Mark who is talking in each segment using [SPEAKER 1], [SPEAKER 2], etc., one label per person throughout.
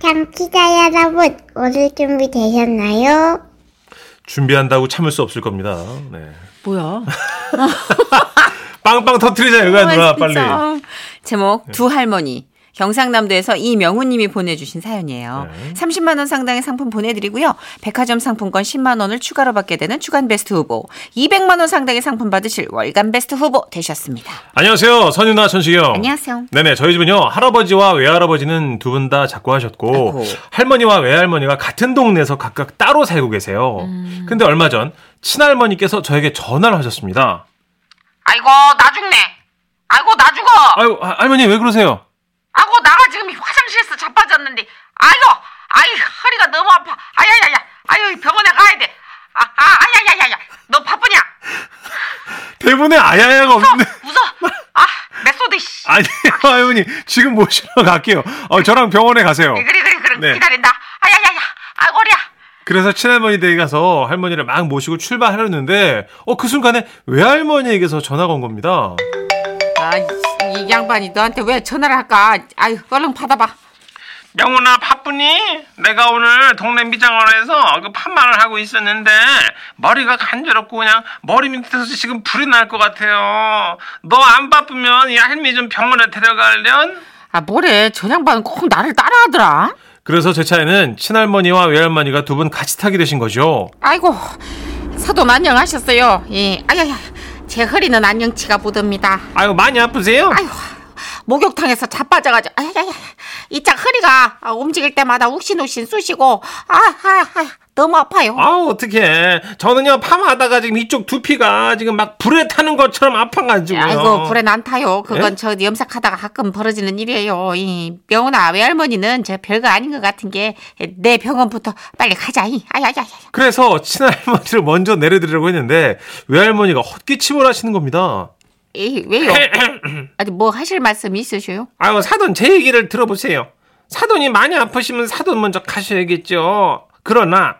[SPEAKER 1] 참치자 여러분, 오늘 준비 되셨나요?
[SPEAKER 2] 준비한다고 참을 수 없을 겁니다. 네.
[SPEAKER 3] 뭐야?
[SPEAKER 2] 빵빵 터트리자 이거야 누나
[SPEAKER 3] 아,
[SPEAKER 2] 빨리. 네.
[SPEAKER 3] 진짜. 아. 제목 두 할머니. 경상남도에서 이명훈님이 보내주신 사연이에요.
[SPEAKER 2] 네.
[SPEAKER 3] 30만 원 상당의 상품 보내드리고요. 백화점 상품권 10만 원을 추가로 받게 되는 주간 베스트 후보, 200만 원 상당의 상품 받으실 월간 베스트 후보 되셨습니다.
[SPEAKER 2] 안녕하세요 선유 누나 천식이 형.
[SPEAKER 3] 안녕하세요.
[SPEAKER 2] 네네 저희 집은요 할아버지와 외할아버지는 두 분 다 작고하셨고
[SPEAKER 3] 아이고.
[SPEAKER 2] 할머니와 외할머니가 같은 동네에서 각각 따로 살고 계세요.
[SPEAKER 3] 음.
[SPEAKER 2] 근데 얼마 전 친할머니께서 저에게 전화를 하셨습니다.
[SPEAKER 4] 아이고 나 죽네. 아이고 나 죽어.
[SPEAKER 2] 아유 아, 할머니 왜 그러세요?
[SPEAKER 4] 아이고 나가 지금 화장실에서 자빠졌는데. 아이고 아이 허리가 너무 아파. 아야야야. 아유 병원에 가야 돼. 아, 아 아야야야야. 너 바쁘냐?
[SPEAKER 2] 대본에 아야야가 없는데.
[SPEAKER 4] 무서. 아 메소드 씨.
[SPEAKER 2] 아니 할머니 지금 모시러 갈게요. 어, 저랑 병원에 가세요.
[SPEAKER 4] 그래 그래 그래
[SPEAKER 2] 네.
[SPEAKER 4] 기다린다. 아야야야. 아이고 허리야.
[SPEAKER 2] 그래서 친할머니 댁에 가서 할머니를 막 모시고 출발하려는데 어 그 순간에 외할머니에게서 전화가 온 겁니다.
[SPEAKER 3] 아, 이 양반이 너한테 왜 전화를 할까? 아유, 얼른 받아봐.
[SPEAKER 5] 영훈아 바쁘니? 내가 오늘 동네 미장원에서 그 판말을 하고 있었는데 머리가 간지럽고 그냥 머리 밑에서 지금 불이 날 것 같아요. 너 안 바쁘면 이 할미 좀 병원에 데려갈련?
[SPEAKER 3] 아, 뭐래. 저 양반은 꼭 나를 따라하더라.
[SPEAKER 2] 그래서 제 차에는 친할머니와 외할머니가 두 분 같이 타게 되신 거죠.
[SPEAKER 3] 아이고, 사돈 안녕하셨어요. 예, 아야야. 제 허리는 안녕치가 못합니다.
[SPEAKER 2] 아유 많이 아프세요?
[SPEAKER 3] 아이고, 목욕탕에서 자빠져가지고, 아야야야. 이짝 허리가 아, 움직일 때마다 욱신욱신 쑤시고, 아, 아, 아, 너무 아파요.
[SPEAKER 2] 아우 어떡해. 저는요 파마하다가 지금 이쪽 두피가 지금 막 불에 타는 것처럼 아파가지고요.
[SPEAKER 3] 아이고 불에 안 타요. 그건
[SPEAKER 2] 예?
[SPEAKER 3] 저 염색하다가 가끔 벌어지는 일이에요. 이 명훈아 외할머니는 저 별거 아닌 것 같은 게 내 병원부터 빨리 가자. 이. 아야야야.
[SPEAKER 2] 그래서 친할머니를 먼저 내려드리려고 했는데 외할머니가 헛기침을 하시는 겁니다.
[SPEAKER 3] 에이, 왜요? 아니 뭐 하실 말씀 있으셔요?
[SPEAKER 5] 아유 사돈 제 얘기를 들어보세요. 사돈이 많이 아프시면 사돈 먼저 가셔야겠죠. 그러나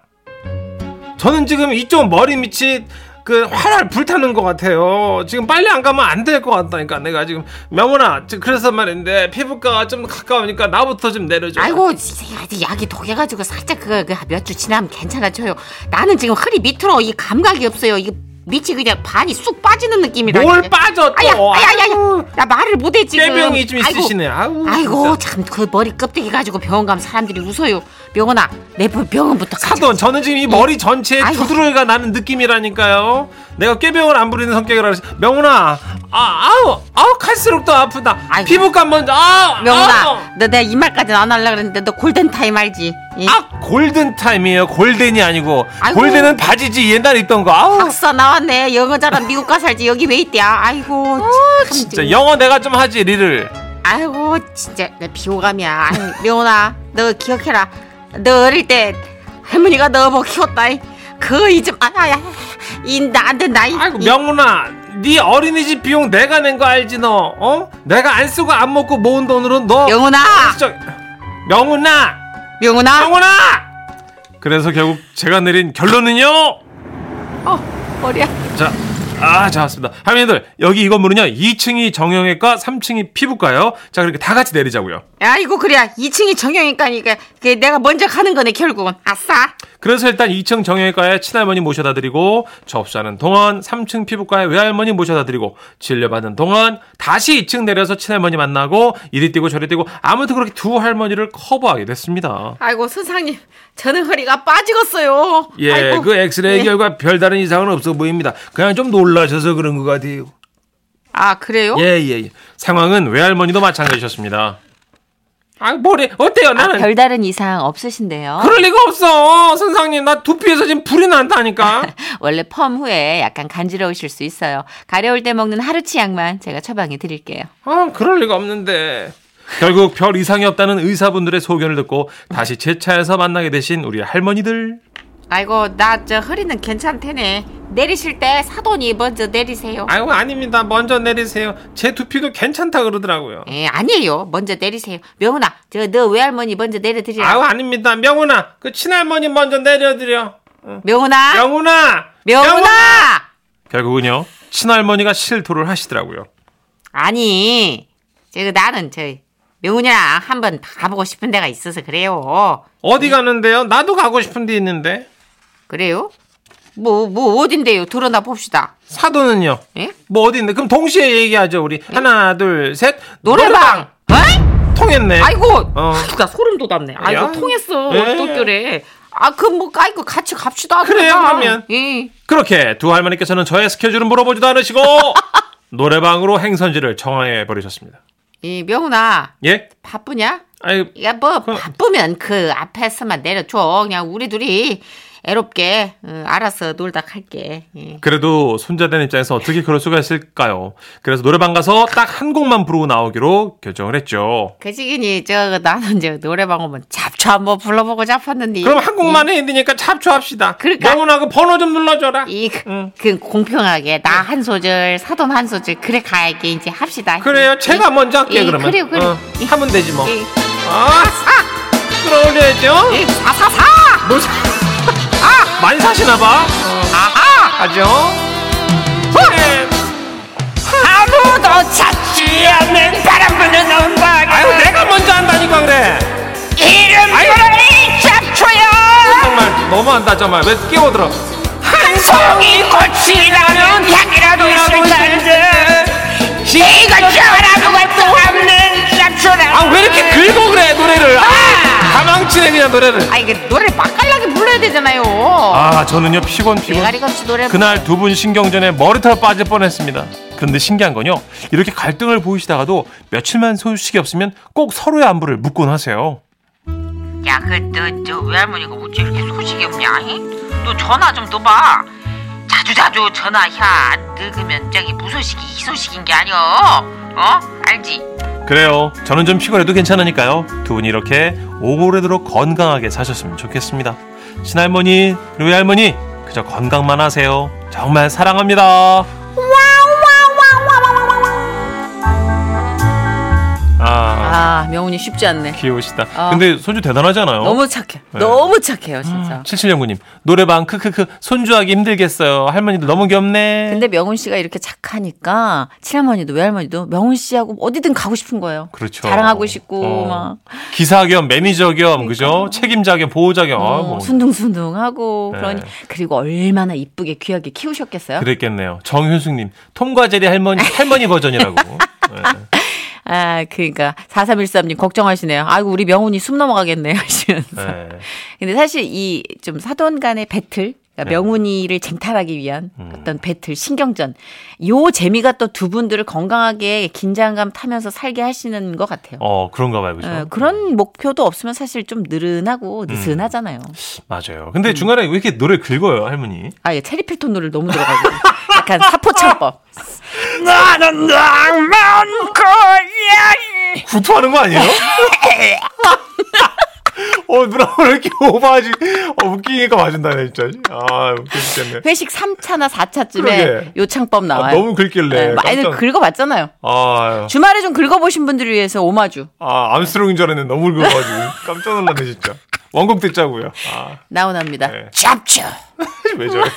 [SPEAKER 5] 저는 지금 이쪽 머리 밑이 그 활활 불타는 것 같아요. 지금 빨리 안 가면 안 될 것 같다니까 내가 지금 명훈아 지- 그래서 말인데 피부과가 좀 가까우니까 나부터 좀 내려줘.
[SPEAKER 3] 아이고 진짜 아주 약이 독해가지고 살짝 그거 몇 주 지나면 괜찮아져요. 나는 지금 허리 밑으로 이 감각이 없어요. 이 밑이 그냥 반이 쑥 빠지는 느낌이다.
[SPEAKER 5] 뭘
[SPEAKER 3] 이게.
[SPEAKER 5] 빠져
[SPEAKER 3] 아야,
[SPEAKER 5] 또.
[SPEAKER 3] 아야, 아야, 나 말을 못해 지금.
[SPEAKER 5] 꾀병이 좀
[SPEAKER 3] 아이고,
[SPEAKER 5] 있으시네. 아우,
[SPEAKER 3] 아이고
[SPEAKER 5] 진짜.
[SPEAKER 3] 참 그 머리 껍데기 가지고 병원 가면 사람들이 웃어요. 명원아, 내 병- 병원부터 가자.
[SPEAKER 5] 사돈 저는 지금 이 머리 전체에
[SPEAKER 3] 아이고.
[SPEAKER 5] 두드러기가 나는 느낌이라니까요. 내가 꾀병을 안 부리는 성격이라 그래서 명훈아 아 아우 아우 갈수록 더 아프다.
[SPEAKER 3] 아이고.
[SPEAKER 5] 피부과 먼저 아 아우.
[SPEAKER 3] 명원아, 너 내가 이 말까지는 안 하려 그랬는데 너 골든 타임 알지? 예.
[SPEAKER 5] 아 골든 타임이에요. 골덴이 아니고
[SPEAKER 3] 아이고.
[SPEAKER 5] 골덴은 바지지 옛날에 입던 거. 아우
[SPEAKER 3] 박사 나왔네. 영어 잘한 미국 가 살지 여기 왜 있대야? 아이고, 참,
[SPEAKER 5] 진짜 영어 내가 좀 하지 리를.
[SPEAKER 3] 아이고 진짜 나 비호감이야. 아이, 명원아, 너 기억해라. 너 어릴 때 할머니가 너 뭐 키웠다. 그이좀 아야야, 이나안 된다. 이.
[SPEAKER 5] 아이고 명훈아 네 어린이집 비용 내가 낸 거 알지 너? 어? 내가 안 쓰고 안 먹고 모은 돈으로 너
[SPEAKER 3] 명훈아,
[SPEAKER 5] 진짜 명훈아
[SPEAKER 3] 명훈아.
[SPEAKER 5] 명훈아
[SPEAKER 2] 그래서 결국 제가 내린 결론은요.
[SPEAKER 3] 어, 머리야.
[SPEAKER 2] 자, 아, 자, 왔습니다. 할머니들, 여기 이 건물은요, 2층이 정형외과, 3층이 피부과요. 자, 그렇게 다 같이 내리자고요.
[SPEAKER 3] 아이고 그래야 2층이 정형이니까 내가 먼저 가는 거네 결국은 아싸
[SPEAKER 2] 그래서 일단 2층 정형외과에 친할머니 모셔다 드리고, 접수하는 동안 3층 피부과에 외할머니 모셔다 드리고, 진료받는 동안 다시 2층 내려서 친할머니 만나고, 이리 뛰고 저리 뛰고, 아무튼 그렇게 두 할머니를 커버하게 됐습니다.
[SPEAKER 3] 아이고 선상님 저는 허리가 빠지겠어요
[SPEAKER 5] 예,
[SPEAKER 3] 아이고,
[SPEAKER 5] 그 엑스레이
[SPEAKER 3] 예.
[SPEAKER 5] 결과 별다른 이상은 없어 보입니다. 그냥 좀 놀라셔서 그런 것 같아요.
[SPEAKER 3] 아 그래요?
[SPEAKER 5] 예, 예, 예.
[SPEAKER 2] 상황은 외할머니도 마찬가지셨습니다.
[SPEAKER 5] 아, 머리 어때요? 나는
[SPEAKER 3] 별다른 이상 없으신데요
[SPEAKER 5] 그럴 리가 없어. 선생님, 나 두피에서 지금 불이 난다니까.
[SPEAKER 3] 원래 펌 후에 약간 간지러우실 수 있어요 가려울 때 먹는 하루치 약만 제가 처방해 드릴게요
[SPEAKER 5] 아, 그럴 리가 없는데.
[SPEAKER 2] 결국 별 이상이 없다는 의사분들의 소견을 듣고, 다시 제 차에서 만나게 되신 우리 할머니들.
[SPEAKER 3] 아이고 나 저 허리는 괜찮대네 내리실 때 사돈이 먼저 내리세요
[SPEAKER 5] 아이고, 아닙니다. 먼저 내리세요. 제 두피도 괜찮다 그러더라고요.
[SPEAKER 3] 예, 아니에요 먼저 내리세요 명훈아 저 너 외할머니 먼저 내려드리라
[SPEAKER 5] 아우, 아닙니다. 명훈아, 그 친할머니 먼저 내려드려.
[SPEAKER 3] 명훈아
[SPEAKER 5] 명훈아!
[SPEAKER 3] 명훈아!
[SPEAKER 2] 결국은요, 친할머니가 실토를 하시더라고요.
[SPEAKER 3] 아니, 저 나는 저 명훈이랑 한번 가보고 싶은 데가 있어서 그래요.
[SPEAKER 5] 어디 가는데요? 나도 가고 싶은 데 있는데.
[SPEAKER 3] 그래요? 뭐, 뭐, 어딘데요? 드러나 봅시다.
[SPEAKER 5] 사도는요?
[SPEAKER 3] 예?
[SPEAKER 5] 뭐 어디인데? 그럼 동시에 얘기하죠, 우리. 하나, 둘, 셋.
[SPEAKER 3] 노래방! 어이?
[SPEAKER 5] 통했네.
[SPEAKER 3] 아이고!
[SPEAKER 5] 어.
[SPEAKER 3] 아이고, 나 소름 돋았네. 아이고,
[SPEAKER 5] 야.
[SPEAKER 3] 통했어.
[SPEAKER 5] 예.
[SPEAKER 3] 어떡결에. 아, 그럼 뭐, 아이고, 같이 갑시다.
[SPEAKER 5] 그래요,
[SPEAKER 3] 그냥.
[SPEAKER 5] 그러면.
[SPEAKER 3] 예.
[SPEAKER 2] 그렇게 두 할머니께서는 저의 스케줄은 물어보지도 않으시고 노래방으로 행선지를 정해 버리셨습니다.
[SPEAKER 3] 이 명훈아,
[SPEAKER 2] 예?
[SPEAKER 3] 바쁘냐?
[SPEAKER 2] 아이
[SPEAKER 3] 야, 뭐, 바쁘면 그 앞에서만 내려줘. 그냥 우리 둘이 애롭게, 어, 알아서 놀다 갈게. 예.
[SPEAKER 2] 그래도 손자된 입장에서 어떻게 그럴 수가 있을까요? 그래서 노래방 가서 딱 한 곡만 부르고 나오기로 결정을 했죠.
[SPEAKER 3] 그 시기니, 저, 나는 이제 노래방 오면 잡초 한번 불러보고 잡았는데.
[SPEAKER 5] 그럼 한 곡만 해 되니까 잡초합시다.
[SPEAKER 3] 그러니까.
[SPEAKER 5] 명훈하고 번호 좀 눌러줘라.
[SPEAKER 3] 이, 그,
[SPEAKER 5] 응.
[SPEAKER 3] 그 공평하게 나 한 소절 사돈 한 소절 그래 가야게 이제 합시다.
[SPEAKER 5] 그래요. 제가
[SPEAKER 3] 이,
[SPEAKER 5] 먼저 할게
[SPEAKER 3] 이,
[SPEAKER 5] 요 그러면.
[SPEAKER 3] 그래요, 그래요.
[SPEAKER 5] 어,
[SPEAKER 3] 이,
[SPEAKER 5] 하면 되지 뭐.
[SPEAKER 3] 이,
[SPEAKER 5] 아, 끌어올려야죠.
[SPEAKER 3] 이, 사사사
[SPEAKER 5] 뭘 사? 아, 많이 사시나 봐.
[SPEAKER 3] 아하
[SPEAKER 5] 가죠. 네,
[SPEAKER 3] 아무도 찾지 않는 바람 부는 음악
[SPEAKER 5] 아유, 내가 먼저 한다니까 그래.
[SPEAKER 3] 이름 부르니 잡초야
[SPEAKER 5] 정말 너무한다 정말. 왜 끼어들어?
[SPEAKER 3] 한 송이 꽃이 나는 향기라도
[SPEAKER 4] 어.
[SPEAKER 3] 이건 아무것도 없는 잡초라
[SPEAKER 5] 아, 왜 이렇게 긁어 그래 노래를? 아, 가망치네 그냥 노래를.
[SPEAKER 3] 아 이게 노래 맛깔나게 불러야 되잖아요
[SPEAKER 2] 아 저는요 피곤 피곤.
[SPEAKER 3] 대가리가 없이 노래
[SPEAKER 2] 그날 두 분 신경전에 머리털 빠질 뻔했습니다. 그런데 신기한 건요 이렇게 갈등을 보이시다가도 며칠만 소식이 없으면 꼭 서로의 안부를 묻곤 하세요.
[SPEAKER 4] 야, 그, 너, 저 외할머니가 어째 이렇게 소식이 없냐? 너 전화 좀 넣어봐. 자주자주 전화해. 안 늙으면 저기 무소식이 이 소식인 게 아니여. 어? 알지?
[SPEAKER 2] 그래요. 저는 좀 피곤해도 괜찮으니까요. 두 분이 이렇게 오래도록 건강하게 사셨으면 좋겠습니다. 친할머니, 외할머니, 그저 건강만 하세요. 정말 사랑합니다. 아,
[SPEAKER 6] 아 명훈이 쉽지
[SPEAKER 2] 어?
[SPEAKER 6] 않네.
[SPEAKER 2] 귀여우시다.
[SPEAKER 6] 아.
[SPEAKER 2] 근데 손주 대단하잖아요.
[SPEAKER 6] 너무 착해.
[SPEAKER 2] 네.
[SPEAKER 6] 너무 착해요
[SPEAKER 2] 음.
[SPEAKER 6] 진짜.
[SPEAKER 2] 7709님, 노래방 크크크 손주하기 힘들겠어요. 할머니들 너무 귀엽네.
[SPEAKER 6] 근데 명훈 씨가 이렇게 착하니까 친할머니도 외할머니도 명훈 씨하고 어디든 가고 싶은 거예요.
[SPEAKER 2] 그렇죠.
[SPEAKER 6] 자랑하고 싶고
[SPEAKER 2] 어.
[SPEAKER 6] 막 그러니까.
[SPEAKER 2] 기사 겸 매니저 겸 그죠? 책임자 겸 보호자 겸. 아,
[SPEAKER 6] 어,
[SPEAKER 2] 뭐.
[SPEAKER 6] 순둥순둥하고
[SPEAKER 2] 네.
[SPEAKER 6] 그러니 그리고 얼마나 이쁘게 귀하게 키우셨겠어요.
[SPEAKER 2] 그랬겠네요. 정현숙님, 톰과 제리 할머니, 할머니 버전이라고. 네.
[SPEAKER 6] 아 그러니까 4313님 걱정하시네요. 아이고 우리 명훈이 숨 넘어가겠네요 하시면서.
[SPEAKER 2] 네.
[SPEAKER 6] 근데 사실 이 좀 사돈 간의 배틀 그러니까
[SPEAKER 2] 네.
[SPEAKER 6] 명훈이를 쟁탈하기 위한
[SPEAKER 2] 음.
[SPEAKER 6] 어떤 배틀 신경전 요 재미가 또 두 분들을 건강하게 긴장감 타면서 살게 하시는 것 같아요.
[SPEAKER 2] 어, 그런가 봐요. 음. 그죠?
[SPEAKER 6] 예, 그런 목표도 없으면 사실 좀 느른하고 느슨하잖아요.
[SPEAKER 2] 맞아요. 근데 중간에 왜 이렇게 노래 긁어요, 할머니?
[SPEAKER 6] 아, 예, 체리필톤 노를 너무 들어가지고 약간 사포창법.
[SPEAKER 5] 나는 낭만 거야.
[SPEAKER 2] 구토하는 거 아니에요? 어, 누나 왜 이렇게 오버하지? 어, 웃기니까 맞은다네, 진짜. 아, 웃기겠네.
[SPEAKER 6] 회식 3차나 4차쯤에
[SPEAKER 2] 그러게. 아,
[SPEAKER 6] 요 창법 나와요.
[SPEAKER 2] 너무 긁길래.
[SPEAKER 6] 예, 많이
[SPEAKER 2] 깜짝-
[SPEAKER 6] 긁어봤잖아요.
[SPEAKER 2] 아,
[SPEAKER 6] 주말에 좀 긁어보신 분들을 위해서 오마주.
[SPEAKER 2] 아, 암스롱인 줄 알았는데 너무 긁어가지고. 깜짝 놀랐네, 진짜. 원곡 듣자고요. 아,
[SPEAKER 6] 나훈아입니다.
[SPEAKER 2] 네.
[SPEAKER 6] 잡초.
[SPEAKER 2] 왜 저래?